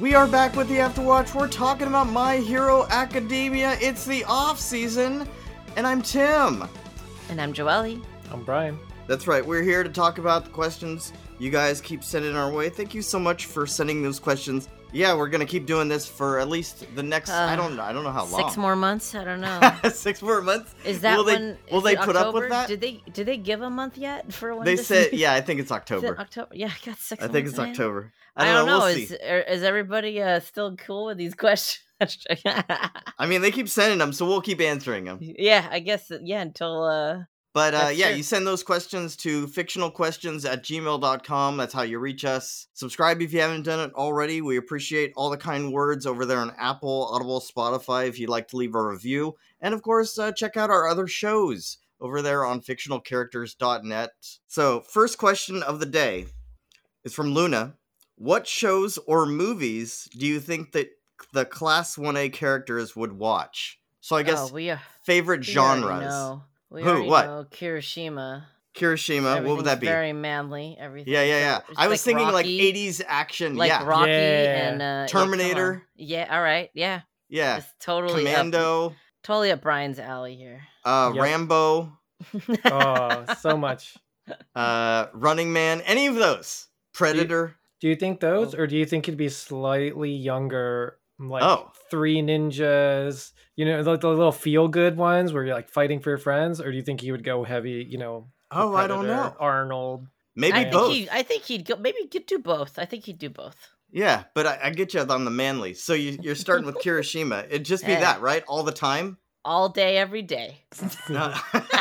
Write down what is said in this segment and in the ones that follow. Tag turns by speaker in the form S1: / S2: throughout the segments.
S1: We are back with the Afterwatch. We're talking about My Hero Academia. It's the off season, and I'm Tim.
S2: And I'm Joelle.
S3: I'm Brian.
S1: That's right. We're here to talk about the questions you guys keep sending our way. Thank you so much for sending those questions. Yeah, we're gonna keep doing this for at least the next. I
S2: Uh,
S1: don't. know. I don't know how long.
S2: Six more months? I don't know.
S1: six more months.
S2: Is that
S1: will they,
S2: when?
S1: Will
S2: is
S1: they
S2: it
S1: put up with
S2: October?
S1: that?
S2: Did they did they give a month yet for when
S1: they
S2: this
S1: said,
S2: is-
S1: yeah, I think it's
S2: Is it
S1: October.
S2: October. Yeah, I got six.
S1: I think it's
S2: months, man.
S1: October.
S2: I don't, know.
S1: We'll
S2: is
S1: see.
S2: er, is everybody uh, still cool with these questions?
S1: I mean, they keep sending them, so we'll keep answering them.
S2: yeah, I guess. that- Yeah, until uh,
S1: But uh,
S2: That's
S1: yeah,
S2: true.
S1: you send those questions to fictionalquestions at gmail.com. That's how you reach us. Subscribe if you haven't done it already. We appreciate all the kind words over there on Apple, Audible, Spotify if you'd like to leave a review. And of course, uh, check out our other shows over there on fictionalcharacters.net. So, first question of the day is from Luna. What shows or movies do you think that the Class 1A characters would watch? So, I guess
S2: oh, we, are-
S1: favorite
S2: we already
S1: genres.
S2: know. We
S1: Who?
S2: already
S1: What?
S2: Know Kirishima.
S1: Kirishima, what would
S2: Everything's
S1: that be?
S2: Very manly. Everything.
S1: Yeah, yeah, yeah.
S2: so- it's
S1: I was thinking like
S2: Rocky,
S1: 80s action.
S2: like
S1: yeah.
S2: Rocky
S3: Yeah.
S2: and uh, yeah, come on.
S1: Terminator.
S2: Yeah. All right. Yeah.
S1: yeah.
S2: It's totally up-
S1: Commando,
S2: totally up Brian's alley here.
S1: uh,
S3: Yep.
S1: Rambo,
S3: Oh, so much.
S1: uh, Running Man, any of those. Predator.
S3: Do you think those,
S2: Oh.
S3: or do you think it'd be slightly younger, like
S1: Oh.
S3: three ninjas? You know, the, the little feel-good ones where you're like fighting for your friends, or do you think he would go heavy? You know, with
S1: oh, I don't
S3: Predator,
S1: know.
S3: Arnold.
S1: Maybe
S2: I
S3: Yeah.
S2: think
S1: both.
S2: He, I think he'd go. Maybe he'd do both. I think he'd do both.
S1: Yeah, but I, I get you on the manly. So you, you're starting with Kirishima. It'd just be
S2: Yeah.
S1: that, right? All the time?
S2: All day, every day.
S1: No.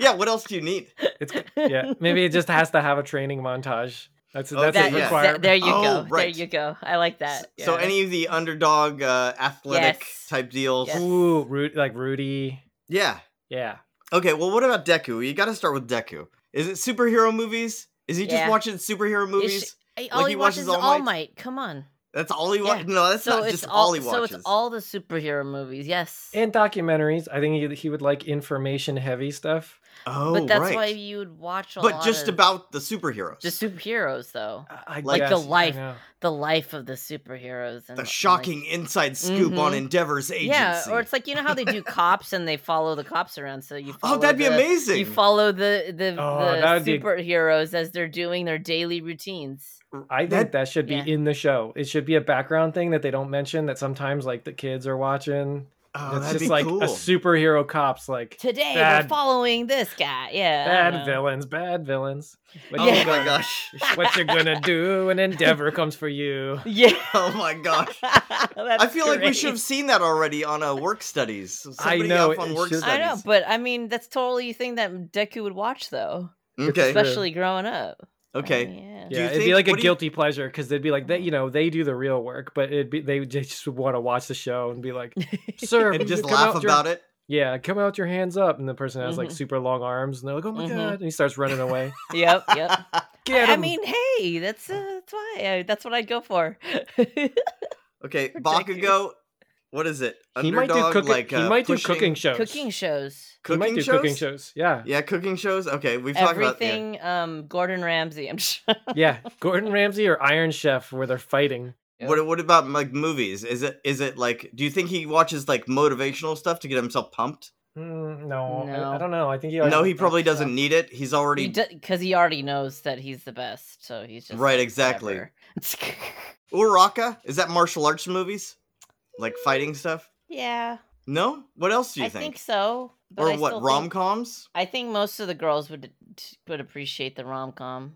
S1: yeah, what else do you need?
S3: It's yeah. Maybe it just has to have a training montage. That's
S1: Oh,
S3: that's
S1: that-
S3: a
S1: yeah.
S3: requirement.
S2: there you
S1: Oh,
S2: go.
S1: right.
S2: There you go. I like that.
S1: S- So
S2: yeah.
S1: any of the underdog uh, athletic
S2: Yes.
S1: type deals.
S2: Yes.
S3: Ooh, Ru- like Rudy.
S1: Yeah.
S3: Yeah.
S1: Okay, well, what about Deku? You got to start with Deku. Is it superhero movies? Is he just
S2: Yeah.
S1: watching superhero movies?
S2: Hey, all
S1: like
S2: he
S1: he
S2: watches
S1: watches
S2: is
S1: All
S2: All,
S1: Might?
S2: Might. Come on.
S1: That's all he
S2: Yeah.
S1: watches. No, that's
S2: so
S1: not
S2: it's
S1: just all, he
S2: So
S1: watches.
S2: it's all the superhero movies. Yes.
S3: And documentaries. I think he, he would like information heavy stuff.
S1: oh,
S2: but that's
S1: right.
S2: why you would watch a
S1: but
S2: lot
S1: just
S2: of
S1: about the superheroes.
S2: the superheroes, though.
S3: I- I
S1: Like
S3: guess,
S2: the
S3: I
S2: life.
S3: know.
S2: The life of the superheroes and
S1: the
S2: and, like-
S1: shocking inside scoop on
S2: Mhm.
S1: Endeavor's agency.
S2: Yeah, or it's like you know how they do cops and they follow the cops around. So you follow
S1: oh, that'd be
S2: the-
S1: amazing.
S2: You follow the the,
S3: Oh,
S2: the
S3: that would be-
S2: superheroes as they're doing their daily routines.
S3: I think
S1: That-
S3: that, should be
S2: yeah.
S3: in the show. It should be a background thing that they don't mention that sometimes like the kids are watching.
S1: oh,
S3: it's
S1: that'd
S3: just
S1: be
S3: like
S1: cool.
S3: a superhero cops like
S2: Today
S3: Bad-
S2: we're following this guy. Yeah, I
S3: bad
S2: don't
S3: villains, bad villains. What
S1: oh
S3: you
S1: my
S2: Yeah.
S3: gonna-
S1: gosh.
S3: what you gonna do when Endeavor comes for you?
S2: know. Yeah.
S1: Oh my gosh. I feel like we should have seen that already on uh, work studies. Somebody
S3: know,
S1: up on
S3: it
S1: work
S3: should-
S2: I
S1: studies.
S2: know, but I mean that's totally a thing that Deku would watch though,
S1: okay.
S3: It's-
S2: especially growing up. I
S1: Okay.
S2: mean,
S1: Do
S2: yeah.
S1: you
S3: Yeah, it'd
S1: think-
S3: be like a
S1: what do you-
S3: guilty pleasure because they'd be like that. You know, they do the real work, but it'd be they just want to watch the show and be like, "Sir,
S1: And
S3: would
S1: just
S3: you come
S1: laugh
S3: out your-
S1: about it.
S3: Yeah, come out your hands up, and the person has like
S2: Mhm.
S3: super long arms, and they're like, "Oh my
S2: Mhm.
S3: god!" And he starts running away.
S2: yep, yep. I-
S3: Get
S2: I,
S3: him!
S2: mean, hey, that's uh, that's why I, that's what I'd go for.
S1: Okay,
S2: Deku.
S1: Bakugo. What is it?
S3: he might do
S1: Underdog,
S3: cooking.
S1: like
S3: he
S1: uh,
S3: might do
S1: pushing-
S3: cooking shows.
S2: Cooking shows.
S3: He might
S1: Cooking
S3: do
S1: shows?
S3: cooking shows. Yeah,
S1: Yeah, cooking shows. Okay, we've talked about yeah.
S2: Everything um Gordon Ramsay, I'm sure.
S3: yeah. Gordon Ramsay or Iron Chef, where they're fighting. Yeah.
S1: What what about like movies? Is it is it like do you think he watches like motivational stuff to get himself pumped?
S3: Mm, no,
S2: No.
S3: I, I don't know. I think he.
S1: no,
S3: likes
S1: he
S3: that
S1: probably
S3: stuff.
S1: doesn't need it. He's already
S2: because he already knows that he's the best, so he's just
S1: Right,
S2: like,
S1: exactly.
S2: whatever.
S1: Uraka? Is that martial arts movies? Like fighting stuff?
S2: yeah,
S1: No? What else do you
S2: I think so. But
S1: or
S2: I
S1: what
S2: still
S1: rom
S2: Think,
S1: coms?
S2: I think most of the girls would would appreciate the rom com.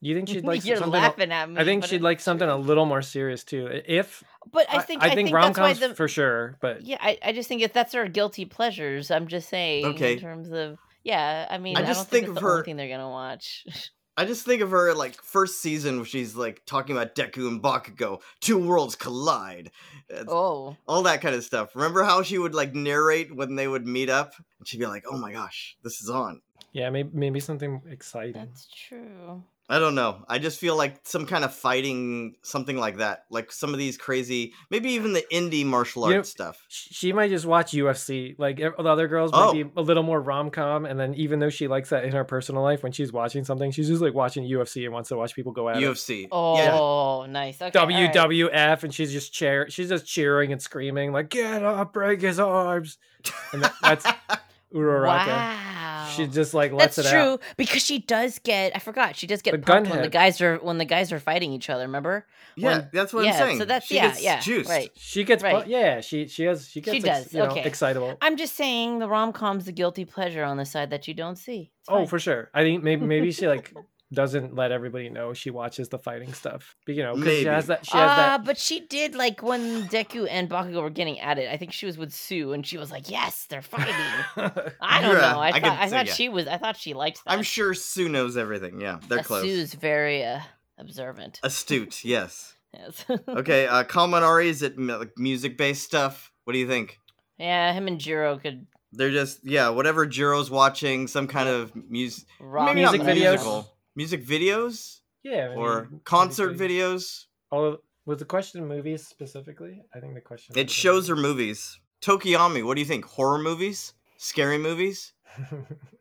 S3: You think she'd like
S2: You're
S3: something? a-
S2: laughing at me.
S3: I think
S2: but
S3: she'd
S2: it-
S3: like something a little more serious too. I- If
S2: But I think
S3: I think rom
S2: that's why
S3: coms
S2: the
S3: for sure, but
S2: yeah. I, I just think if that's her guilty pleasures, I'm just saying.
S1: Okay.
S2: In terms of yeah, I mean,
S1: I
S2: I,
S1: just
S2: don't
S1: think
S2: think, it's
S1: of
S2: the only
S1: her-
S2: thing they're gonna watch.
S1: I just think of her like first season where she's like talking about Deku and Bakugo, two worlds collide. Uh, It's-
S2: oh,
S1: all that kind of stuff. Remember how she would like narrate when they would meet up? And she'd be like, oh my gosh, this is on.
S3: yeah, maybe maybe something exciting.
S2: that's true.
S1: I don't know. I just feel like some kind of fighting, something like that. Like some of these crazy, maybe even the indie martial arts
S3: You know-
S1: stuff.
S3: Sh- She might just watch UFC. Like e- the other girls
S1: Oh.
S3: might be a little more rom com, and then even though she likes that in her personal life, when she's watching something, she's just like watching UFC and wants to watch people go at it.
S1: UFC. Yeah.
S2: Oh, nice. Okay, all right.
S3: WWF, and she's just cheer, she's just cheering and screaming like "Get up, break his arms," and that, that's Uraraka.
S2: Wow.
S3: She just like lets
S2: That's
S3: it
S2: true
S3: out.
S2: because she does get. I forgot she does get
S3: The
S2: pumped when the
S3: gunhead.
S2: guys are when the guys are fighting each other. Remember?
S1: Yeah,
S2: When-
S1: that's what I'm
S2: yeah,
S1: saying.
S2: so that's-
S1: she
S2: yeah,
S1: gets
S2: yeah,
S1: juiced.
S2: right.
S3: She gets
S2: Right.
S3: bu- yeah. She she has she gets ex-
S2: does,
S3: you know
S2: okay.
S3: excitable.
S2: I'm just saying the rom com's the guilty pleasure on the side that you don't see. It's
S3: Oh,
S2: fine.
S3: for sure. I think maybe maybe she like doesn't let everybody know she watches the fighting stuff. But you know, 'cause she
S1: Maybe.
S3: has that she has
S2: Uh,
S3: that
S2: but she did like when Deku and Bakugo were getting at it. I think she was with Sue, and she was like, "Yes, they're fighting." I don't
S1: Yeah,
S2: know. I,
S1: I
S2: thought
S1: could
S2: I
S1: say
S2: thought
S1: yeah.
S2: she was. I thought she liked that.
S1: I'm sure Sue knows everything. Yeah, they're
S2: Uh,
S1: close.
S2: Sue's very uh, observant.
S1: Astute, yes.
S2: Yes.
S1: Okay, uh, Kaminari, is it mu- like music based stuff? What do you think?
S2: yeah, him and Jiro could
S1: They're just, yeah, whatever Jiro's watching, some kind of music.
S2: rock.
S1: maybe not
S3: Music videos.
S1: musical. Music videos?
S3: yeah, I
S1: or
S3: mean,
S1: concert
S3: basically.
S1: videos.
S3: All of- was the question movies specifically? I think the question
S1: It shows or movies. Tokiyami, what do you think? Horror movies? Scary movies?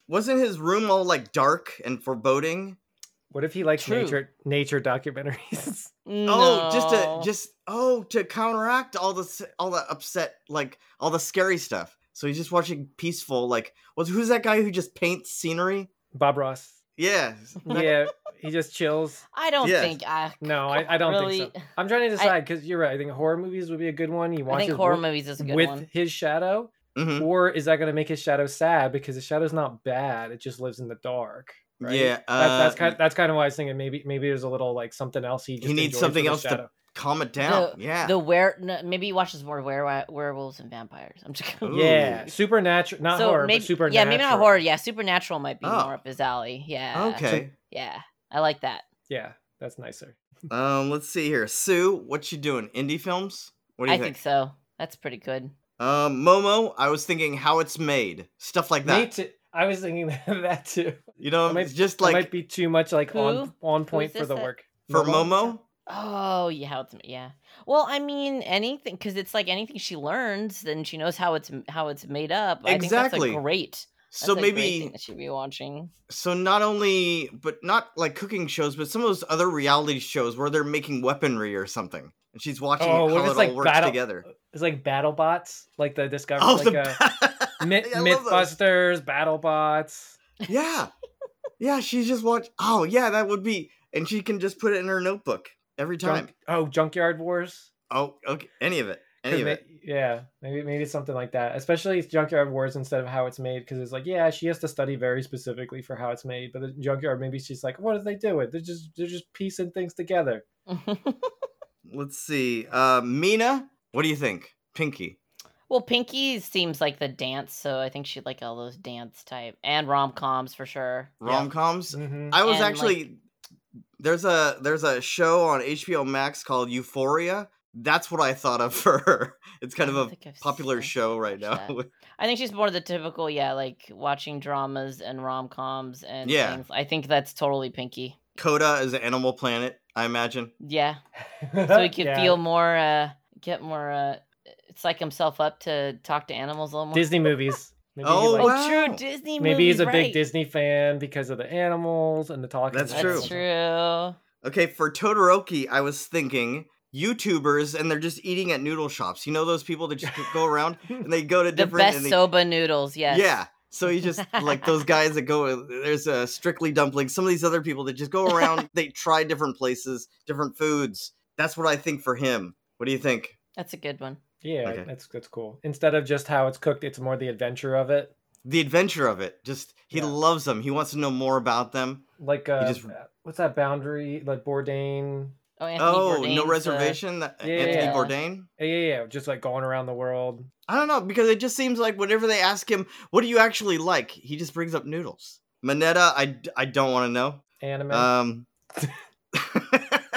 S1: Wasn't his room all like dark and foreboding?
S3: what if he likes
S2: True.
S3: nature nature documentaries?
S1: Oh, just to
S2: No.
S1: just oh to counteract all the s- all the upset like all the scary stuff. So he's just watching peaceful like was who's that guy who just paints scenery?
S3: Bob Ross.
S1: Yeah.
S3: Yeah, he just chills.
S2: I don't
S1: Yes.
S2: think I.
S3: No, I, I don't
S2: Really?
S3: think so. I'm trying to decide because you're right. I think horror movies would be a good one. He
S2: I
S3: watches
S2: think horror
S3: with,
S2: movies is a good
S3: with
S2: one.
S3: his shadow.
S1: hmm
S3: or is that going to make his shadow sad because his shadow's not bad it just lives in the dark right?
S1: Yeah.
S3: that's,
S1: Uh,
S3: that's kind that's kind of why i was thinking maybe maybe there's a little like something else he, just
S1: needs
S3: enjoys
S1: something
S3: with his
S1: else to-
S3: shadow.
S1: calm it down. yeah.
S2: The were no, maybe he watches more were, werewolves and vampires. I'm just kidding.
S1: Ooh.
S3: yeah supernatural not horror
S2: maybe
S3: but supernatural
S2: yeah, maybe not horror. Yeah, supernatural might be
S1: Oh.
S2: more up his alley. Yeah.
S1: okay.
S2: Yeah, I like that.
S3: yeah that's nicer
S1: um let's see here. Sue, what you doing? Indie films? What do
S2: I
S1: you
S2: think?
S1: think?
S2: so. That's pretty good.
S1: Um, Momo, I was thinking how it's made, stuff like
S3: me
S1: that.
S3: too i was thinking that too
S1: You know,
S3: It might-
S1: it's just
S3: It might
S1: like
S3: be too much like on
S2: Who?
S3: on point for
S2: this
S3: the
S2: that-
S3: work
S1: for
S3: Momo?
S1: Momo.
S2: Oh yeah, how it's yeah. Well, I mean anything because it's like anything she learns, then she knows how it's how it's made up. I think that's
S1: Exactly.
S2: a great. That's
S1: So
S2: a great thing
S1: maybe,
S2: that she'd be watching.
S1: so not only, but not like cooking shows, but some of those other reality shows where they're making weaponry or something, and she's watching
S3: Oh, what
S1: how it
S3: if it's
S1: all
S3: like
S1: works
S3: battle-
S1: together.
S3: it's like battle bots like the discovery
S1: Oh,
S3: like
S1: the
S3: uh,
S1: ba-
S3: Myth-
S1: I love those.
S3: mythbusters battle bots
S1: yeah, yeah. She's just watch. Oh, yeah, that would be, and she can just put it in her notebook every time.
S3: junk- oh junkyard wars
S1: Oh, okay, any of it, any
S3: Could
S1: of
S3: ma-
S1: it.
S3: yeah, maybe maybe it's something like that. Especially it's Junkyard Wars instead of how it's made, because it's like, yeah, she has to study very specifically for how it's made. But the Junkyard, maybe she's like, what do they do it? They're just they're just piecing things together.
S1: Let's see. Uh, Mina, what do you think? Pinky.
S2: Well, Pinky seems like the dance, so I think she'd like all those dance type and rom coms for sure.
S3: Yeah.
S1: Rom coms.
S3: Mhm.
S1: I was
S2: and, like-
S1: actually there's a there's a show on HBO Max called Euphoria. That's what I thought of for her. It's kind of
S2: don't
S1: a
S2: think I've
S1: popular
S2: seen-
S1: show right
S2: watched
S1: now.
S2: I think she's more the typical, yeah, like watching dramas and rom coms and
S1: Yeah.
S2: things. I think that's totally Pinky.
S1: Coda is Animal Planet, I imagine.
S2: Yeah, so he could feel more, uh, get more, uh, psych himself up to talk to animals a little more.
S3: Disney movies. Maybe he
S1: Oh,
S2: Oh,
S3: likes-
S1: wow.
S2: true, Disney.
S3: maybe
S2: movies,
S3: he's a big
S2: right.
S3: Disney fan because of the animals and the talking.
S1: That's
S2: That's
S1: true.
S2: true.
S3: animals.
S1: Okay, for Todoroki, I was thinking YouTubers and they're just eating at noodle shops. You know those people that just go around and they go to
S2: The
S1: different
S2: best
S1: and they-
S2: soba noodles, yes.
S1: Yeah. So you just like those guys that go. There's uh, Strictly Dumplings. Some of these other people that just go around. they try different places, different foods. That's what I think for him. What do you think?
S2: that's a good one.
S3: Yeah,
S1: Okay.
S3: that's that's cool. Instead of just how it's cooked, it's more the adventure of it.
S1: The adventure of it. Just he
S3: Yeah.
S1: loves them. He wants to know more about them.
S3: Like uh,
S1: just-
S3: what's that boundary? Like Bourdain.
S2: Oh, Anthony
S1: Oh,
S2: Bourdain's,
S1: no
S2: uh,
S1: reservation. that Anthony
S3: yeah.
S1: Bourdain.
S3: Yeah, yeah, yeah. Just like going around the world.
S1: I don't know because it just seems like whenever they ask him, "What do you actually like?" he just brings up noodles. Manetta, I d- I don't want to know.
S3: Anime.
S1: Um,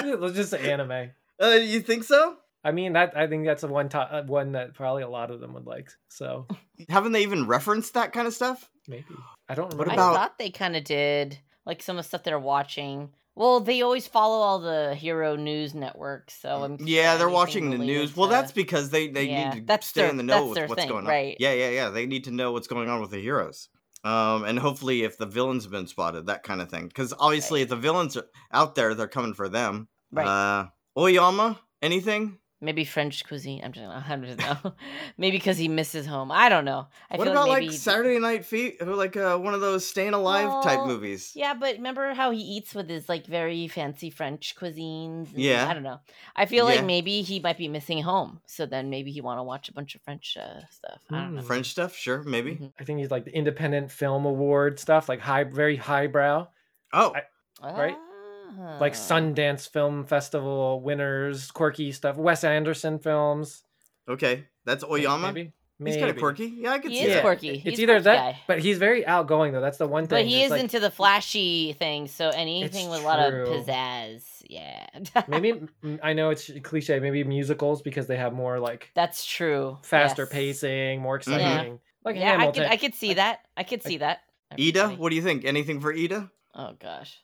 S3: Yeah, Let's just say anime.
S1: uh, you think so?
S3: I mean, that I think that's the one to- uh, one that probably a lot of them would like. So
S1: Haven't they even referenced that kind of stuff?
S3: maybe I don't
S1: What
S3: remember.
S2: I
S1: about-
S2: thought they kind of did like some of the stuff they're watching. Well, they always follow all the hero news networks, so I'm
S1: yeah, they're
S2: anything
S1: watching the
S2: related
S1: news. Well,
S2: to-
S1: that's because they they
S2: Yeah,
S1: need to
S2: that's
S1: stay
S2: their-
S1: in the
S2: that's
S1: know
S2: their
S1: with what's
S2: thing,
S1: going on.
S2: right.
S1: Yeah, yeah, yeah. They need to know what's going on with the heroes. Um, and hopefully, if the villain's been spotted, that kind of thing. Because obviously,
S2: Right.
S1: if the villains are out there, they're coming for them.
S2: Right.
S1: Uh, Oyama, anything?
S2: maybe French cuisine. I'm just, I don't know. maybe because he misses home. I don't know. I
S1: what
S2: feel
S1: about like
S2: maybe-
S1: Saturday Night Feet, or like uh, one of those Staying Alive type
S2: Well,
S1: movies?
S2: Yeah, but remember how he eats with his like very fancy French cuisines? and-
S1: Yeah.
S2: I don't know. I feel
S1: Yeah.
S2: like maybe he might be missing home, so then maybe he want to watch a bunch of French uh, stuff. I don't know.
S3: Mm.
S1: French stuff, sure, Hmm, maybe.
S2: Mhm.
S3: I think he's like the independent film award stuff, like high, very highbrow,
S1: Oh,
S3: I- Right? like
S2: Mm-hmm.
S1: Uh.
S2: Ah.
S3: Sundance Film Festival winners, quirky stuff, Wes Anderson films.
S1: okay, that's Oyama.
S3: maybe,
S1: He's kind of
S3: maybe.
S1: quirky. Yeah, I could
S2: He
S1: see
S2: is
S1: that.
S2: quirky.
S3: It's
S2: He's
S3: either
S2: quirky
S3: that,
S2: guy.
S3: but he's very outgoing though. That's the one thing.
S2: But he
S3: It's
S2: is
S3: like-
S2: into the flashy thing, so anything with a lot of
S3: true.
S2: pizzazz, yeah.
S3: maybe m- I know it's cliche. Maybe musicals because they have more like
S2: that's true.
S3: faster
S2: yes.
S3: pacing, more
S1: Mhm. Yeah.
S3: exciting. Like
S2: yeah, I
S3: Hamilton.
S2: could, I could see that. I could
S3: I-
S2: see that.
S1: Ida,
S2: Everybody.
S1: what do you think? Anything for Ida?
S2: Oh gosh,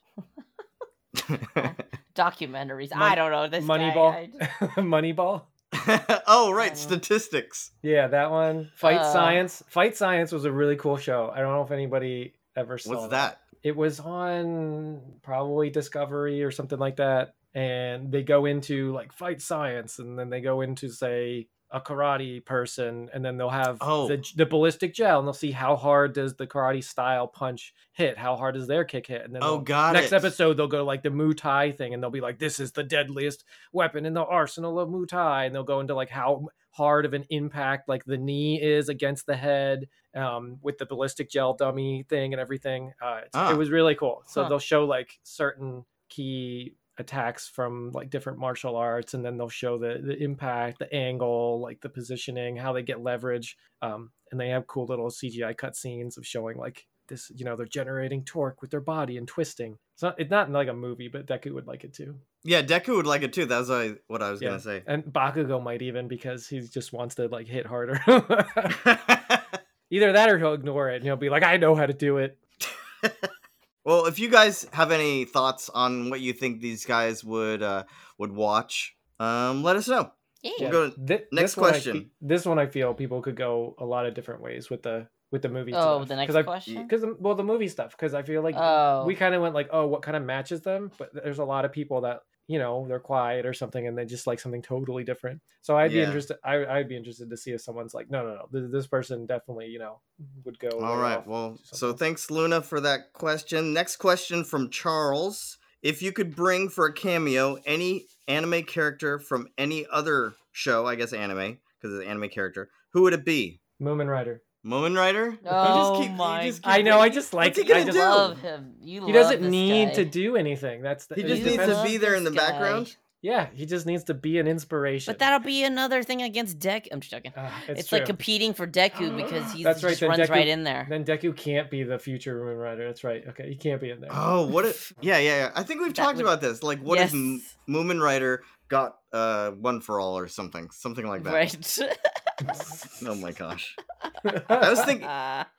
S2: documentaries.
S3: Mon-
S2: I don't know this. guy, I
S3: Moneyball,
S2: just-
S3: Moneyball.
S1: oh, right,
S2: Um,
S1: statistics.
S3: Yeah, that one. Fight
S2: Uh,
S3: Science. Fight Science was a really cool show. I don't know if anybody ever saw.
S1: What's that?
S3: It was on probably Discovery or something like that, and they go into like Fight Science, and then they go into say a karate person, and then they'll have
S1: Oh.
S3: the, the ballistic gel, and they'll see how hard does the karate style punch hit, how hard does their kick hit, and then
S1: Oh,
S3: they'll-
S1: got
S3: next
S1: it.
S3: episode they'll go to like the Muay Thai thing and they'll be like, "This is the deadliest weapon in the arsenal of Muay Thai," and they'll go into like how hard of an impact like the knee is against the head um, with the ballistic gel dummy thing and everything. Uh, it's-
S1: Ah.
S3: It was really cool. So
S2: Huh.
S3: they'll show like certain key attacks from like different martial arts and then they'll show the the impact the angle like the positioning how they get leverage um, and they have cool little CGI cutscenes of showing like this, you know, they're generating torque with their body and twisting. It's not, it's not like a movie, but Deku would like it too.
S1: Yeah, Deku would like it too. That was what I, what I was gonna say.
S3: And Bakugo might even because he just wants to like hit harder. Either that or he'll ignore it and he'll be like, I know how to do it.
S1: well, if you guys have any thoughts on what you think these guys would uh, would watch, um, let us know.
S2: Yeah.
S1: We'll go to
S3: Thi- this
S1: next
S3: one I fe-
S1: question.
S3: this one I feel people could go a lot of different ways with the with the movie.
S2: Oh, the next question.
S3: Because um, well, the movie stuff. Because I feel like
S2: Oh,
S3: we kind of went like, oh, what kind of matches them? But there's a lot of people that you know they're quiet or something, and they just like something totally different. So I'd
S1: Yeah.
S3: be interested. I, I'd be interested to see if someone's like, no, no, no, th- this person definitely you know would go.
S1: All
S3: way
S1: right.
S3: off
S1: Well,
S3: to
S1: so
S3: Oh, something."
S1: thanks, Luna, for that question. Next question from Charles. If you could bring for a cameo any anime character from any other show, I guess anime, because it's an anime character, who would it be?
S3: Moomin Rider.
S1: Moomin Rider?
S2: Oh
S1: you just keep,
S2: my
S1: You just keep
S3: I know. I
S1: bringing-
S3: just like.
S1: he
S3: I
S1: gonna
S3: just,
S1: do?
S2: love him. You
S3: He
S2: love
S3: doesn't
S2: this
S3: need
S2: guy.
S3: to do anything. That's the,
S1: He
S3: it
S1: just
S2: You
S1: needs to
S3: depends-
S2: love
S1: be there in the
S2: this guy.
S1: background?
S3: Yeah, he just needs to be an inspiration.
S2: But that'll be another thing against Deku. I'm just joking.
S3: Ah,
S2: It's,
S3: it's
S2: like
S3: true.
S2: competing for Deku because he
S3: That's right,
S2: just
S3: then
S2: runs
S3: Deku-
S2: right in there.
S3: Then Deku can't be the future Moomin Rider. That's right. Okay, he can't be in there.
S1: Oh, what? If, yeah, yeah, yeah. I think we've
S2: That
S1: talked
S2: would-
S1: about this. Like, what if M-
S2: Yes.
S1: Moomin Rider got uh, one for all or something? Something like that.
S2: Right.
S1: Oh my gosh. I was thinking,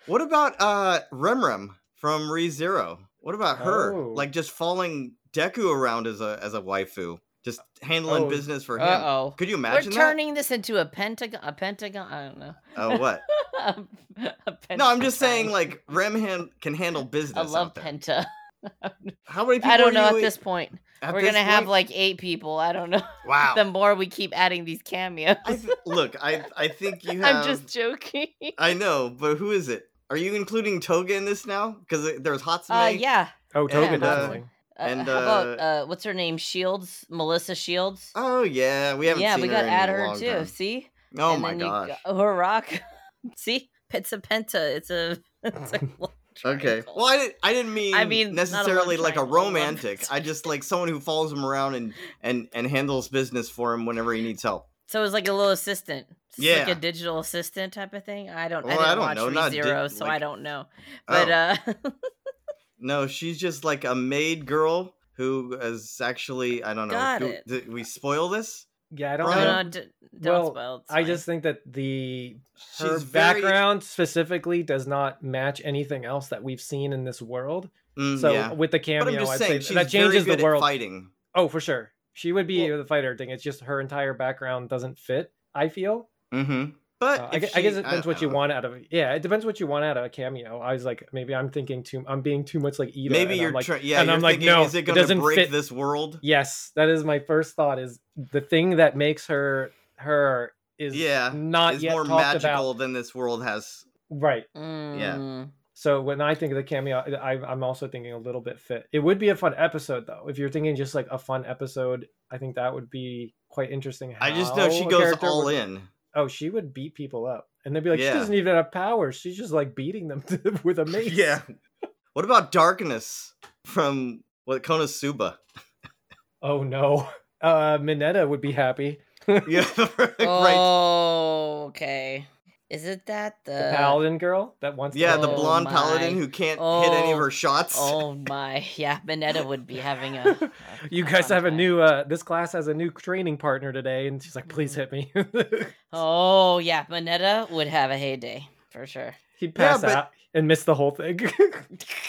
S1: What about uh Remrem from ReZero? What about her?
S3: Oh.
S1: Like just following Deku around as a as a waifu, just handling
S3: Oh.
S1: business for him.
S2: Uh oh.
S1: Could you
S2: We're
S1: imagine
S2: turning this into a pentagon. A pentagon. I don't know.
S1: that? Oh what?
S2: A pentagon.
S1: No, I'm just saying like Rem han- can handle business.
S2: I love
S1: out there.
S2: Penta.
S1: How many people?
S2: I
S1: are
S2: don't know
S1: you
S2: at
S1: i-
S2: this point.
S1: at
S2: We're
S1: this
S2: gonna have
S1: point?
S2: like eight people. I don't know.
S1: wow.
S2: The more we keep adding these cameos,
S1: I th- look, I I think you have.
S2: I'm just joking.
S1: I know, but who is it? Are you including Toga in this now? Because there's Hatsune.
S2: Uh, yeah.
S3: oh, Toga
S1: And, uh,
S3: definitely.
S2: Uh,
S1: And,
S2: how about uh, what's her name? Shields, Melissa Shields.
S1: Oh yeah, we haven't
S2: yeah,
S1: seen
S2: we
S1: her
S2: got
S1: in
S2: to
S1: a
S2: add her
S1: long
S2: too.
S1: time.
S2: See?
S1: Oh
S2: And
S1: my
S2: then you
S1: gosh.
S2: Go, her rock. see, it's a penta. It's a. It's a love
S1: Okay.
S2: triangle.
S1: Well, I, di- I didn't mean,
S2: I mean, not a love
S1: necessarily like a
S2: triangle, a love
S1: romantic. I just like someone who follows him around and and and handles business for him whenever he needs help.
S2: So it's like a little assistant. It's like
S1: Yeah.
S2: a digital assistant type of thing. I don't.
S1: Well, I
S2: I
S1: don't
S2: didn't
S1: know, not
S2: watch
S1: di-
S2: Zero, so I
S1: like-
S2: don't know. But
S1: Oh,
S2: uh,
S1: no, she's just like a maid girl who is actually I don't know.
S2: Got
S1: do-
S2: it.
S1: did we spoil this?
S3: Yeah,
S2: no,
S3: I don't
S1: Brian?
S3: know.
S2: no, d- don't
S3: Well,
S2: spoil. it's
S3: I
S2: fine.
S3: just think that the her
S1: very-
S3: background specifically does not match anything else that we've seen in this world.
S1: Mm,
S3: So
S1: yeah.
S3: with the cameo,
S1: but I'm just
S3: I'd
S1: saying
S3: say
S1: she's
S3: that changes
S1: very
S3: the
S1: good at
S3: world.
S1: fighting.
S3: Oh, for sure, she would be
S2: Well-
S3: the fighter thing. It's just her entire background doesn't fit. I feel.
S1: hmm But
S3: Uh, I,
S1: if
S3: gu- I guess
S1: she-
S3: it depends
S1: don't
S3: what you
S1: know.
S3: want out of yeah. It depends what you want out of a cameo. I was like, maybe I'm thinking too. I'm being too much like Ida.
S1: Maybe
S3: and
S1: you're
S3: I'm like,
S1: try- yeah.
S3: and
S1: you're
S3: I'm like,
S1: thinking,
S3: no,
S1: is it
S3: it
S1: going to
S3: doesn't
S1: break
S3: fit.
S1: this world?
S3: Yes, that is my first thought. Is the thing that makes her her is
S1: Yeah,
S3: not
S1: It's
S3: yet
S1: more
S3: talked
S1: magical
S3: about.
S1: than this world has.
S3: Right.
S2: Mm.
S3: So when I think of the cameo, I, I- I'm also thinking a little bit fit. It would be a fun episode though. If you're thinking just like a fun episode, I think that would be quite interesting.
S1: I just know she
S3: how a
S1: goes
S3: character
S1: all
S3: would-
S1: in.
S3: Oh, she would beat people up, and they'd be like,
S1: Yeah.
S3: she doesn't even have powers. She's just like beating them with a mace.
S1: What about darkness from what Konosuba?
S3: Oh no. Uh, Minetta would be happy.
S1: Yeah, right.
S2: Oh, okay. Is it that the,
S3: The paladin girl that wants.
S1: Yeah,
S3: to
S1: the
S2: Oh
S1: blonde paladin
S2: my.
S1: who can't hit any of
S2: Oh.
S1: her shots.
S2: Oh my, yeah, Minetta would be having a. a-
S3: You
S2: a
S3: guys
S2: fun
S3: have a
S2: time.
S3: new. Uh, this class has a new training partner today, and she's like, "Please hit me."
S2: Oh yeah, Minetta would have a heyday for sure.
S3: he passed
S1: but-
S3: out and missed the whole thing.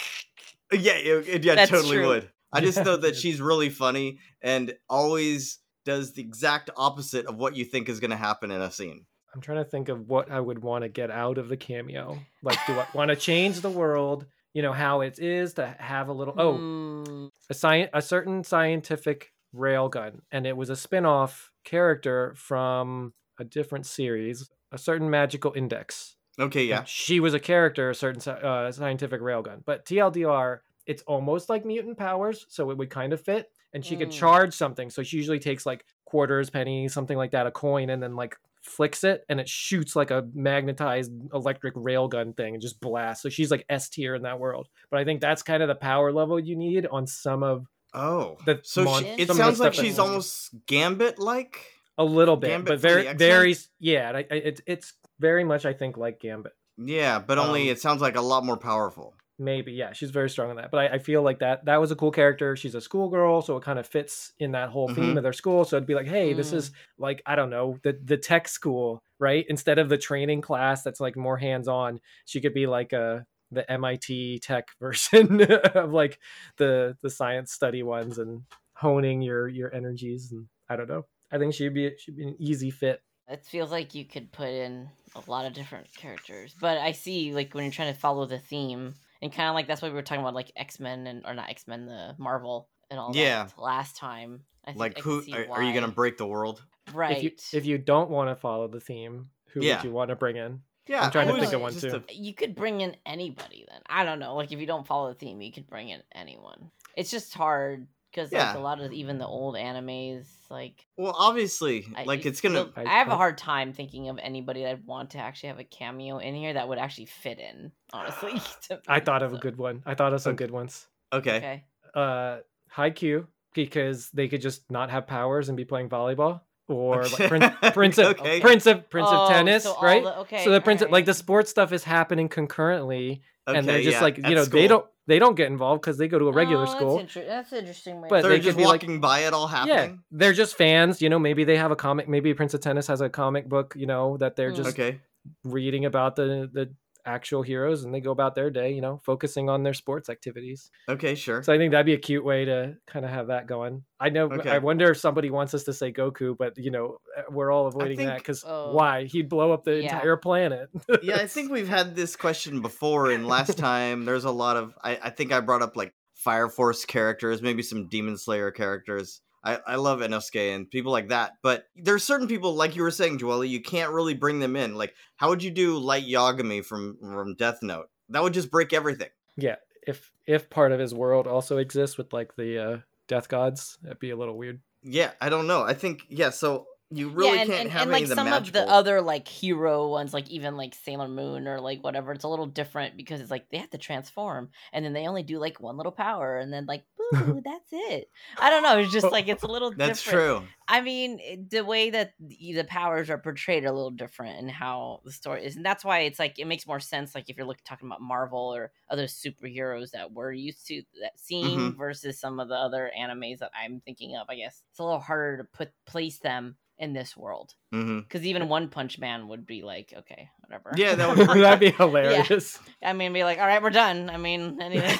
S1: Yeah, it, it- yeah,
S2: That's
S1: totally
S2: true.
S1: would. I just
S3: Yeah,
S1: know
S3: it
S1: that
S3: is.
S1: she's really funny and always does the exact opposite of what you think is going to happen in a scene.
S3: I'm trying to think of what I would want to get out of the cameo. Like, do I want to change the world? You know how it is to have a little. Oh,
S2: Mm.
S3: a sci- a certain scientific railgun and it was a spin-off character from a different series a certain magical index
S1: Okay, yeah.
S3: And she was a character a certain sci- uh, scientific railgun but tldr it's almost like mutant powers so it would kind of fit and she could
S2: Mm.
S3: charge something so she usually takes like quarters pennies something like that a coin and then like flicks it and it shoots like a magnetized electric railgun thing and just blasts so she's like s tier in that world but i think that's kind of the power level you need on some of
S1: Oh,
S3: the
S1: so
S3: mon-
S1: she, it
S3: some of the
S1: sounds like
S3: stuff that-
S1: she's almost Gambit-like.
S3: a little bit,
S1: Gambit
S3: but
S1: from the
S3: very,
S1: X-Men?
S3: very, s- yeah. and I, I- it's it's very much, I think, like Gambit.
S1: Yeah, but only
S3: Um,
S1: it sounds like a lot more powerful.
S3: Maybe, yeah. She's very strong on that, but I, I feel like that that was a cool character. She's a schoolgirl, so it kind of fits in that whole theme
S1: Mhm.
S3: of their school. So it'd be like, hey, this
S2: Mm.
S3: is like I don't know the the tech school, right? Instead of the training class that's like more hands on, she could be like a the MIT tech version of like the the science study ones and honing your your energies and I don't know. I think she'd be she'd be an easy fit.
S2: It feels like you could put in a lot of different characters, but I see like when you're trying to follow the theme and kind of like that's what we were talking about, like X Men and or not X Men, the Marvel and all.
S1: Yeah.
S2: that last time. I think
S1: Like,
S2: I can
S1: who
S2: see
S1: are, are you
S2: why.
S1: going to break the world?
S2: right?
S3: If you if you don't want to follow the theme, who
S1: Yeah.
S3: would you want to bring in?
S1: Yeah,
S3: trying
S2: to
S1: who
S2: think
S1: is
S2: of one,
S1: just
S3: too.
S1: a-
S2: you could bring in anybody then i don't know like if you don't follow the theme you could bring in anyone it's just hard because
S1: Yeah.
S2: like a lot of even the old animes like
S1: well, obviously,
S2: I,
S1: like it's going to.
S2: I,
S3: I-
S2: have a
S3: I-
S2: hard time thinking of anybody that i'd want to actually have a cameo in here that would actually fit in honestly to
S3: I
S2: me,
S3: thought of a
S2: so-
S3: good one. I thought of some
S1: Okay.
S3: good ones.
S1: Okay.
S2: okay
S3: Uh Haikyuu, because they could just not have powers and be playing volleyball. Or like Prince, Prince of
S1: Okay.
S3: Prince of Prince
S2: Oh,
S3: of Tennis,
S2: so all
S3: right?
S2: the- okay
S3: so the Prince of, like
S2: alright.
S3: the sports stuff is happening concurrently, and they're
S1: Okay,
S3: just
S1: yeah,
S3: like you
S1: at
S3: know
S1: school.
S3: they don't they don't get involved because they go to a regular
S2: Oh,
S3: school.
S2: that's, inter- that's an interesting way
S3: But
S2: to
S1: They're
S3: they
S2: put
S3: could
S1: just
S3: be like-
S1: walking by it all
S3: Yeah,
S1: happening.
S3: they're just fans. You know, maybe they have a comic. Maybe Prince of Tennis has a comic book. You know that they're
S2: Mm.
S3: just
S1: Okay.
S3: reading about the the actual heroes and they go about their day you know focusing on their sports activities
S1: Okay, sure.
S3: so i think that'd be a cute way to kind of have that going i know
S1: Okay.
S3: i wonder if somebody wants us to say goku but you know eh, we're all avoiding that
S1: think- uh,
S3: because
S2: Oh.
S3: why he'd blow up the
S2: Yeah.
S3: entire planet
S1: yeah, I think we've had this question before, and last time there's a lot of. I, I think I brought up like Fire Force characters, maybe some Demon Slayer characters. I, I love Inosuke and people like that, but there's certain people, like you were saying, Dwelly, you can't really bring them in. Like, how would you do Light Yagami from from Death Note? That would just break everything.
S3: yeah if if part of his world also exists with like the uh death gods that'd be a little weird
S1: Yeah, I don't know. I think yeah. So you really
S2: yeah, and,
S1: can't
S2: and,
S1: have
S2: and
S1: any
S2: like
S1: of the
S2: some
S1: magical.
S2: of the other like hero ones, like even like Sailor Moon or like whatever, it's a little different because it's like they have to transform, and then they only do like one little power, and then like boo, that's it. I don't know. It's just like it's a little.
S1: Oh, That's
S2: different.
S1: true.
S2: I mean, it- the way that the the powers are portrayed are a little different, and how the story is, and that's why it's like it makes more sense. Like if you're looking talking about Marvel or other superheroes that we're used to that seeing versus some of the other animes that I'm thinking of, I guess it's a little harder to put place them in this world.
S1: hmm
S2: Because even One Punch Man would be like, okay, whatever.
S1: Yeah, that would-
S3: That'd be hilarious.
S2: I mean, be like, all right, we're done. I mean, anyway.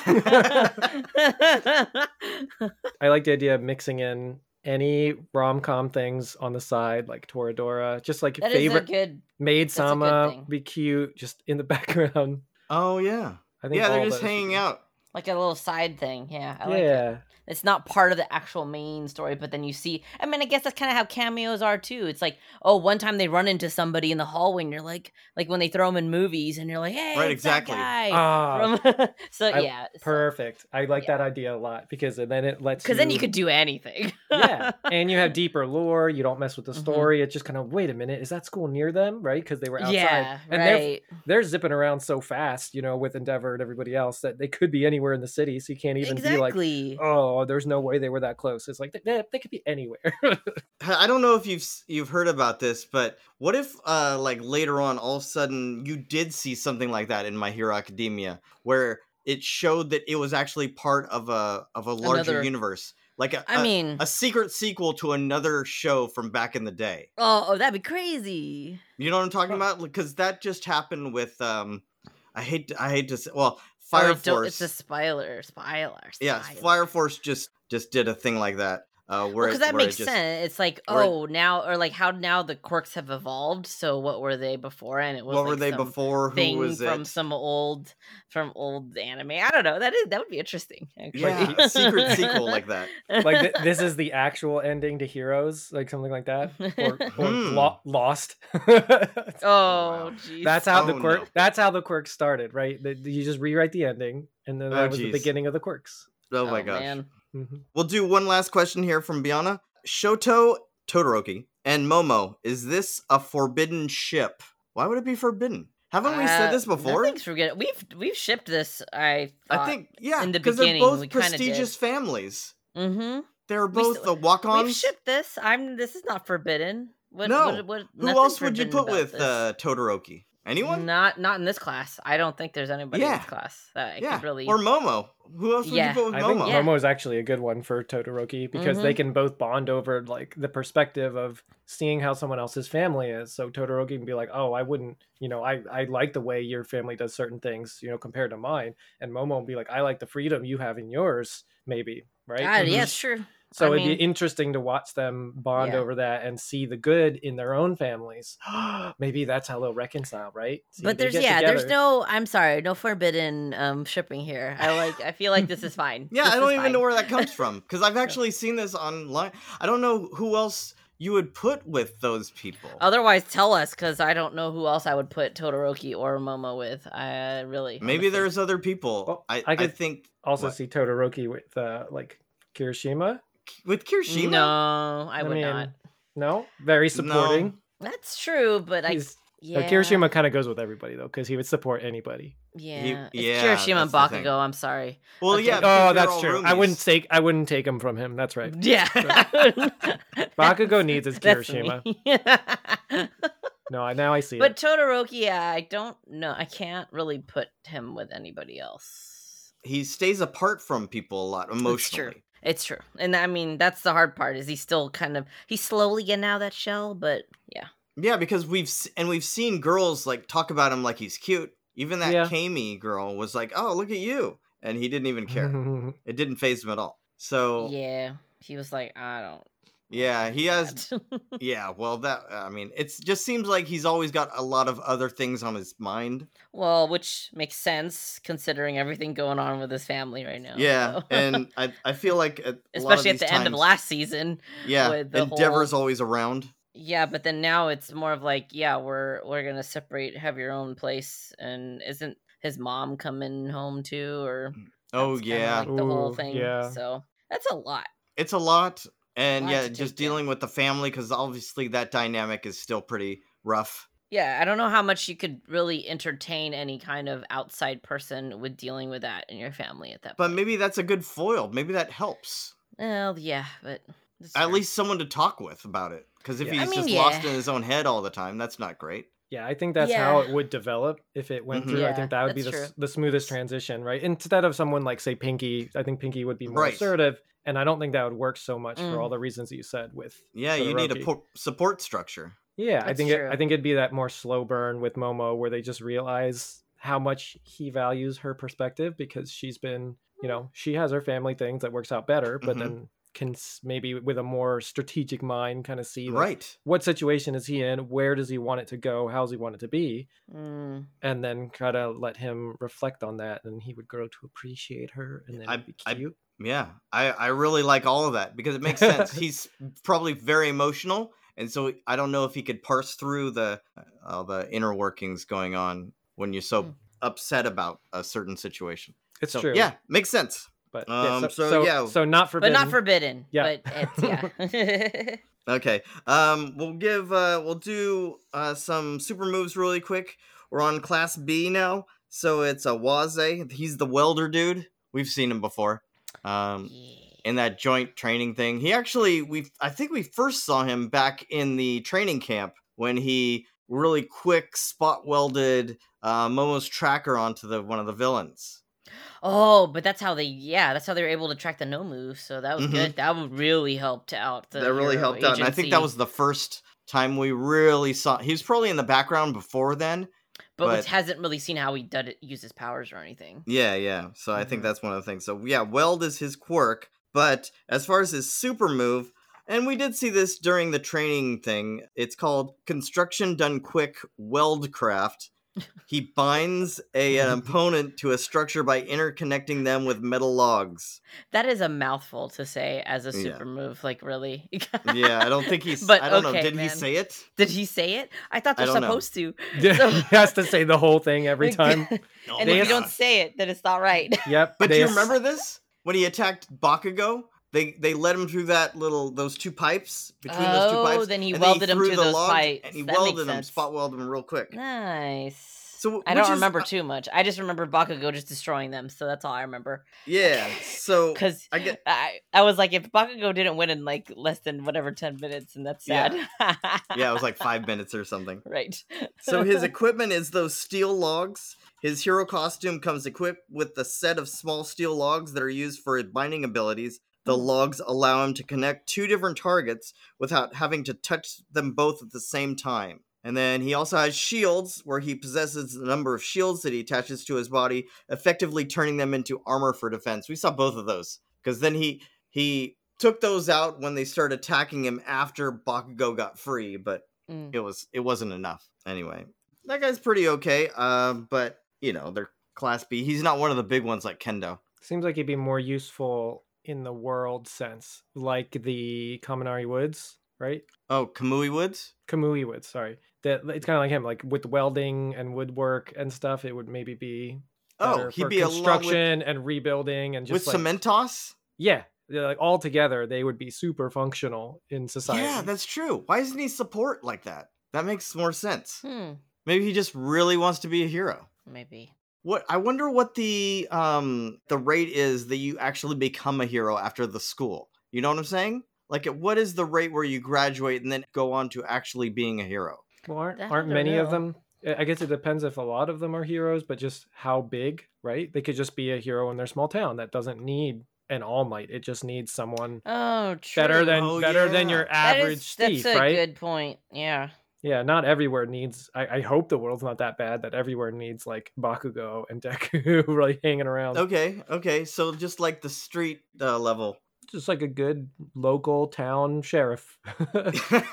S3: I like the idea of mixing in any rom com things on the side, like Toradora, just like
S2: that is a
S3: favorite
S2: good.
S3: maid
S2: that's a good
S3: sama
S2: thing.
S3: be cute, just in the background.
S1: Oh yeah,
S3: I think
S1: yeah.
S3: all
S1: They're just
S3: those would
S1: hanging
S3: be-
S1: out.
S2: Like a little side thing, yeah. I like it.
S3: yeah,
S2: it's not part of the actual main story, but then you see. I mean, I guess that's kind of how cameos are too. It's like, oh, one time they run into somebody in the hallway, and you're like, like when they throw them in movies, and you're like, hey,
S1: Right,
S2: it's that
S1: exactly.
S2: guy.
S3: ah,
S2: From- so
S3: I-
S2: yeah,
S3: perfect. I like
S2: Yeah.
S3: that idea a lot because then it lets
S2: because then you could do anything.
S3: yeah, and you have deeper lore. You don't mess with the
S2: Mhm.
S3: story. It's just kind of wait a minute, is that school near them? Right? Because they were outside,
S2: yeah,
S3: and they're
S2: right.
S3: they're zipping around so fast, you know, with Endeavor and everybody else that they could be anywhere in the city. So you can't even be like,
S2: Exactly.
S3: oh, there's no way they were that close. It's like they, they, they could be anywhere.
S1: I don't know if you've s- you've heard about this, but what if uh like later on all of a sudden you did see something like that in My Hero Academia where it showed that it was actually part of a of a larger
S2: Another-
S1: universe. Like a,
S2: I
S1: a-
S2: mean,
S1: a secret sequel to another show from back in the day.
S2: oh, oh, that'd be crazy.
S1: You know what I'm talking
S3: Huh.
S1: about? Because that just happened with um I hate to, I hate to say well,
S2: Oh,
S1: Fire
S2: don't-
S1: Force.
S2: It's a spoiler. Spoiler.
S1: yeah,
S2: spoiler.
S1: Fire Force just just did a thing like that. Uh where
S2: because
S1: it-
S2: that
S1: where it
S2: makes
S1: just-
S2: sense. It's like,
S1: where it-
S2: oh, now or like how now the quirks have evolved. So what were they before? And it was
S1: What were
S2: like
S1: they
S2: some
S1: before? Who
S2: Thing
S1: was it?
S2: from some old from old anime. I don't know. That is that would be interesting. Actually.
S1: yeah, a secret sequel like that.
S3: like th- this is the actual ending to Heroes, like something like that, or, or
S1: Hmm.
S3: lo- Lost.
S2: oh,
S1: Wow.
S2: jeez.
S3: That's how
S1: Oh,
S3: the quirk.
S1: no.
S3: That's how the quirks started, right? That you just rewrite the ending, and then
S1: Oh,
S3: that was
S1: geez.
S3: the beginning of the quirks.
S1: Oh, my gosh.
S2: man.
S3: hmm
S1: We'll do one last question here from Biana. Shoto Todoroki and Momo, is this a forbidden ship? Why would it be forbidden? Haven't we
S2: Uh,
S1: said this before?
S2: Nothing's forget. We've we've shipped this. I
S1: I
S2: thought.
S1: think yeah,
S2: in the
S1: because they're
S2: beginning,
S1: both
S2: we kinda did.
S1: prestigious families.
S2: Mm-hmm.
S1: They're
S2: We s-
S1: both the walk-ons.
S2: We've shipped this. I'm. This is not forbidden. What,
S1: No.
S2: What, what,
S1: Who
S2: nothing's
S1: else would you
S2: forbidden
S1: put
S2: about
S1: with
S2: this.
S1: uh, Todoroki? Anyone?
S2: Not not in this class. I don't think there's anybody in
S1: Yeah.
S2: this class that I
S1: yeah,
S2: could really.
S1: or Momo. Who else would
S2: Yeah.
S1: you put with
S3: I think
S1: Oh, Momo?
S2: Yeah. Mm-hmm.
S3: Momo is actually a good one for Todoroki because they can both bond over like the perspective of seeing how someone else's family is. So Todoroki can be like, "Oh, I wouldn't, you know, I I like the way your family does certain things, you know, compared to mine." And Momo will be like, "I like the freedom you have in yours, maybe." Right? Mm-hmm.
S2: God, yeah,
S1: Mhm.
S2: it's true.
S3: So
S2: I
S3: it'd
S2: mean-
S3: be interesting to watch them bond
S2: Yeah.
S3: over that and see the good in their own families. Maybe that's how they'll reconcile, right? See,
S2: but
S3: they
S2: there's
S3: get
S2: yeah, there's
S3: together.
S2: no. I'm sorry, no forbidden um shipping here. I like. I feel like this is fine.
S1: Yeah,
S2: This
S1: I don't
S2: is
S1: even
S2: fine.
S1: know where that comes from because I've actually seen this online. I don't know who else you would put with those people.
S2: Otherwise, tell us because I don't know who else I would put Todoroki or Momo with. I really
S1: Maybe
S2: honestly.
S1: there's other people.
S3: Well,
S1: I,
S3: I
S1: I,
S3: could-
S1: think
S3: also
S1: What?
S3: see Todoroki with uh, like Kirishima.
S1: with Kirishima.
S2: No, I would not.
S3: No, very supporting.
S2: That's true, but I
S3: He's-
S2: yeah.
S3: uh, Kirishima kind of goes with everybody though, because he would support anybody.
S2: Yeah, it's
S1: yeah,
S2: Kirishima and
S1: that's the thing.
S2: Bakugo. I'm sorry.
S1: Well,
S2: Okay.
S1: yeah. because they're
S3: oh, that's
S1: all
S3: true. I
S1: roomies.
S3: wouldn't take I wouldn't take him from him. That's right.
S2: Yeah,
S3: Bakugo needs his
S2: That's
S3: Kirishima.
S2: me.
S3: No, I now I see
S2: But
S3: it.
S2: Todoroki, yeah, I don't know. I can't really put him with anybody else.
S1: He stays apart from people a lot
S2: It's true.
S1: emotionally.
S2: It's true. And I mean, that's the hard part is he's still kind of he's slowly getting out of that shell, but yeah.
S1: Yeah, because we've s- and we've seen girls like talk about him like he's cute. Even that
S3: Yeah.
S1: Kami girl was like, "Oh, look at you," and he didn't even
S3: Mm-hmm.
S1: care. it didn't phase him at all. So yeah,
S2: Yeah. He was like, I don't
S1: Uh, he
S2: want
S1: has.
S2: that."
S1: yeah, well, that uh, I mean, it's just seems like he's always got a lot of other things on his mind.
S2: Well, which makes sense considering everything going on with his family right now.
S1: Yeah,
S2: so.
S1: and I I feel like at, a lot of
S2: Oh, especially at
S1: these
S2: the end of
S1: times-
S2: last season.
S1: Yeah,
S2: with the
S1: Endeavor's always around.
S2: Yeah, but then now it's more of like, yeah, we're we're gonna separate, have your own place, and isn't his mom coming home too? Or
S1: Oh
S2: that's kinda
S1: yeah,
S2: like the whole
S3: Ooh,
S2: thing.
S3: yeah.
S2: So that's a lot.
S1: it's a lot, and
S2: Lot
S1: yeah,
S2: to
S1: just
S2: take in.
S1: dealing with the family because obviously that dynamic is still pretty rough.
S2: Yeah, I don't know how much you could really entertain any kind of outside person with dealing with that in your family at that
S1: But
S2: point.
S1: maybe that's a good foil. Maybe that helps.
S2: Well, yeah, but it's
S1: At
S2: true.
S1: least someone to talk with about it. Because if
S3: Yeah.
S1: he's
S2: I mean,
S1: just lost
S2: yeah.
S1: in his own head all the time, that's not great.
S3: Yeah, I think that's
S2: Yeah.
S3: how it would develop if it went
S1: Mhm.
S3: through. I
S2: Yeah,
S3: think that would be the,
S2: that's
S3: s-
S2: true.
S3: the smoothest transition, right? Instead of someone like say Pinky, I think Pinky would be more
S1: Right.
S3: assertive, and I don't think that would work so much for
S2: Mm.
S3: all the reasons that you said. With
S1: Yeah, you need a
S3: Todoroki.
S1: po- support structure.
S3: yeah, I
S2: That's
S3: think it,
S2: true.
S3: I think it'd be that more slow burn with Momo, where they just realize how much he values her perspective because she's been,
S2: Mm.
S3: you know, she has her family things that works out better, but
S1: Mhm.
S3: then can s- maybe with a more strategic mind kind of see like,
S1: Right.
S3: what situation is he in, where does he want it to go, how does he want it to be,
S2: Mm.
S3: and then kind of let him reflect on that and he would grow to appreciate her and then
S1: I-
S3: it'd be
S1: I-
S3: cute.
S1: Yeah, I, I really like all of that because it makes sense. He's probably very emotional, and so I don't know if he could parse through the all the inner workings going on when you're so
S2: Hmm.
S1: upset about a certain situation.
S3: it's
S1: so
S3: true.
S1: yeah, makes sense.
S3: But
S1: um,
S3: yeah, so,
S1: so,
S3: so,
S1: yeah.
S3: so not
S2: But
S3: forbidden.
S2: not forbidden.
S3: Yeah.
S2: But it's, yeah.
S1: Okay, um, we'll give uh, we'll do uh, some super moves really quick. We're on class B now, so it's a Waze. He's the welder dude. We've seen him before. Um,
S2: Yeah.
S1: in that joint training thing. He actually we I think we first saw him back in the training camp when he really quick spot welded uh, Momo's tracker onto the one of the villains.
S2: Oh, but that's how they yeah, that's how they were able to track the no move. So that was
S1: Mhm.
S2: good. That would really helped out. The
S1: that really
S2: hero
S1: helped out. And I think that
S2: agency.
S1: was the first time we really saw he was probably in the background before then.
S2: but,
S1: but-
S2: which hasn't really seen how he did it, use his powers or anything.
S1: Yeah, yeah. So I think
S2: Mm-hmm.
S3: Mhm.
S1: that's one of the things. So yeah, weld is his quirk, but as far as his super move, and we did see this during the training thing. It's called construction done quick weldcraft. He binds a, an opponent to a structure by interconnecting them with metal logs.
S2: That is a mouthful to say as a
S1: Yeah.
S2: super move. Like really,
S1: Yeah, I don't think he's.
S2: But
S1: I don't know.
S2: okay,
S1: Did he
S2: man.
S1: say it?
S2: did he say it? I thought
S1: I
S2: they're
S1: don't know.
S2: supposed to.
S3: Yeah, he
S2: So-
S3: has to say the whole thing every time.
S1: Oh
S2: and
S1: my
S2: if you
S1: God.
S2: don't say it, then it's not right.
S3: Yep.
S1: But do
S3: they
S1: you
S3: ass-
S1: remember this when he attacked Bakugo? They they led him through that little those two pipes between those two
S2: Oh,
S1: pipes.
S2: then he
S1: and
S2: welded him
S1: threw
S2: to
S1: the
S2: those
S1: log,
S2: pipes.
S1: And he
S2: That makes
S1: welded him,
S2: sense.
S1: spot welded him real quick.
S2: nice.
S1: So
S2: I
S1: which
S2: don't
S1: is-
S2: remember
S1: uh,
S2: too much. I just remember Bakugo just destroying them, so that's all I remember.
S1: yeah. So
S2: Because
S1: Oh, I
S2: I,
S1: get-
S2: I, was like, if Bakugo didn't win in like less than whatever ten minutes, and that's sad.
S1: Yeah. yeah, it was like five minutes or something.
S2: right.
S1: So his equipment is those steel logs. His hero costume comes equipped with the set of small steel logs that are used for his binding abilities. The
S2: Hmm.
S1: logs allow him to connect two different targets without having to touch them both at the same time. And then he also has shields, where he possesses the number of shields that he attaches to his body, effectively turning them into armor for defense. We saw both of those because then he he took those out when they started attacking him after Bakugo got free, but
S2: Mm.
S3: Mm-hmm.
S1: it was it wasn't enough anyway that guy's pretty okay uh, but you know they're class b he's not one of the big ones like kendo
S3: Seems like he'd be more useful in the world sense, like the Kaminari Woods, right?
S1: oh kamui woods
S3: Kamui Woods, sorry. That it's kind of like him, like with welding and woodwork and stuff. It would maybe be
S1: oh
S3: better
S1: he'd
S3: for
S1: be along
S3: construction and rebuilding and
S1: with, with
S3: just like,
S1: cementos
S3: Yeah, they're, like all together, they would be super functional in society.
S1: yeah that's true why isn't he support like that that makes more sense
S2: Hmm.
S1: maybe he just really wants to be a hero
S2: Maybe.
S1: what i wonder what the um the rate is that you actually become a hero after the school you know what i'm saying like at what is the rate where you graduate and then go on to actually being a hero
S3: Well, aren't,
S2: That I
S3: aren't
S2: don't
S3: many of
S2: know.
S3: them? I I guess it depends if a lot of them are heroes, but just how big, right? They could just be a hero in their small town that doesn't need an All Might. It just needs someone
S2: Oh, true.
S3: better than
S1: Oh,
S3: better than
S1: yeah.
S3: your
S2: That
S3: average
S2: is-
S3: thief,
S2: That's a
S3: right?
S2: good point. Yeah.
S3: Yeah, not everywhere needs. I, I hope the world's not that bad that everywhere needs like Bakugo and Deku really hanging around.
S1: Okay, okay. So just like the street uh, level.
S3: Just like a good local town sheriff,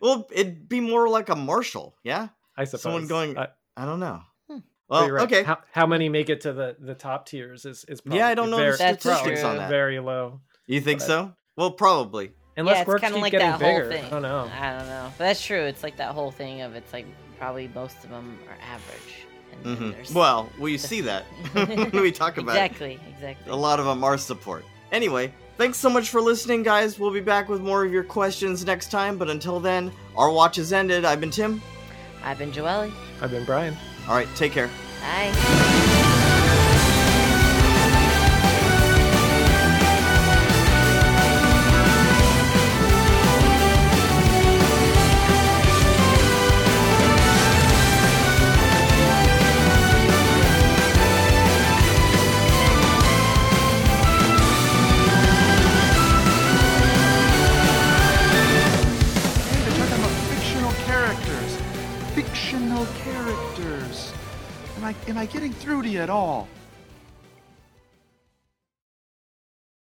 S1: well, it'd be more like a marshal, yeah?
S3: I suppose.
S1: going-
S3: I-
S1: I don't know.
S2: Hmm.
S3: but
S1: Well,
S3: you're right.
S1: okay.
S3: How, how many make it to the the top tiers is is probably
S1: yeah, I don't know
S3: very,
S1: the
S2: That's
S1: statistics
S2: true.
S1: on that.
S3: very low.
S1: You think
S3: but-
S1: so? Well, probably.
S2: yeah,
S3: Unless
S2: it's
S3: quirks
S2: kinda
S3: keep
S2: like
S3: getting
S2: that whole
S3: bigger.
S2: thing.
S3: I don't know.
S2: I don't know. But that's true. It's like that whole thing of it's like probably most of them are average. And then
S1: hmm
S2: there's-
S1: Well, we see that when we talk about it.
S2: exactly, exactly.
S1: A lot of them are support. Anyway, thanks so much for listening, guys. We'll be back with more of your questions next time. But until then, our watch has ended. I've been Tim.
S2: I've been Joelle.
S3: I've been Brian.
S1: All right, take care.
S2: Bye.
S4: beauty at all.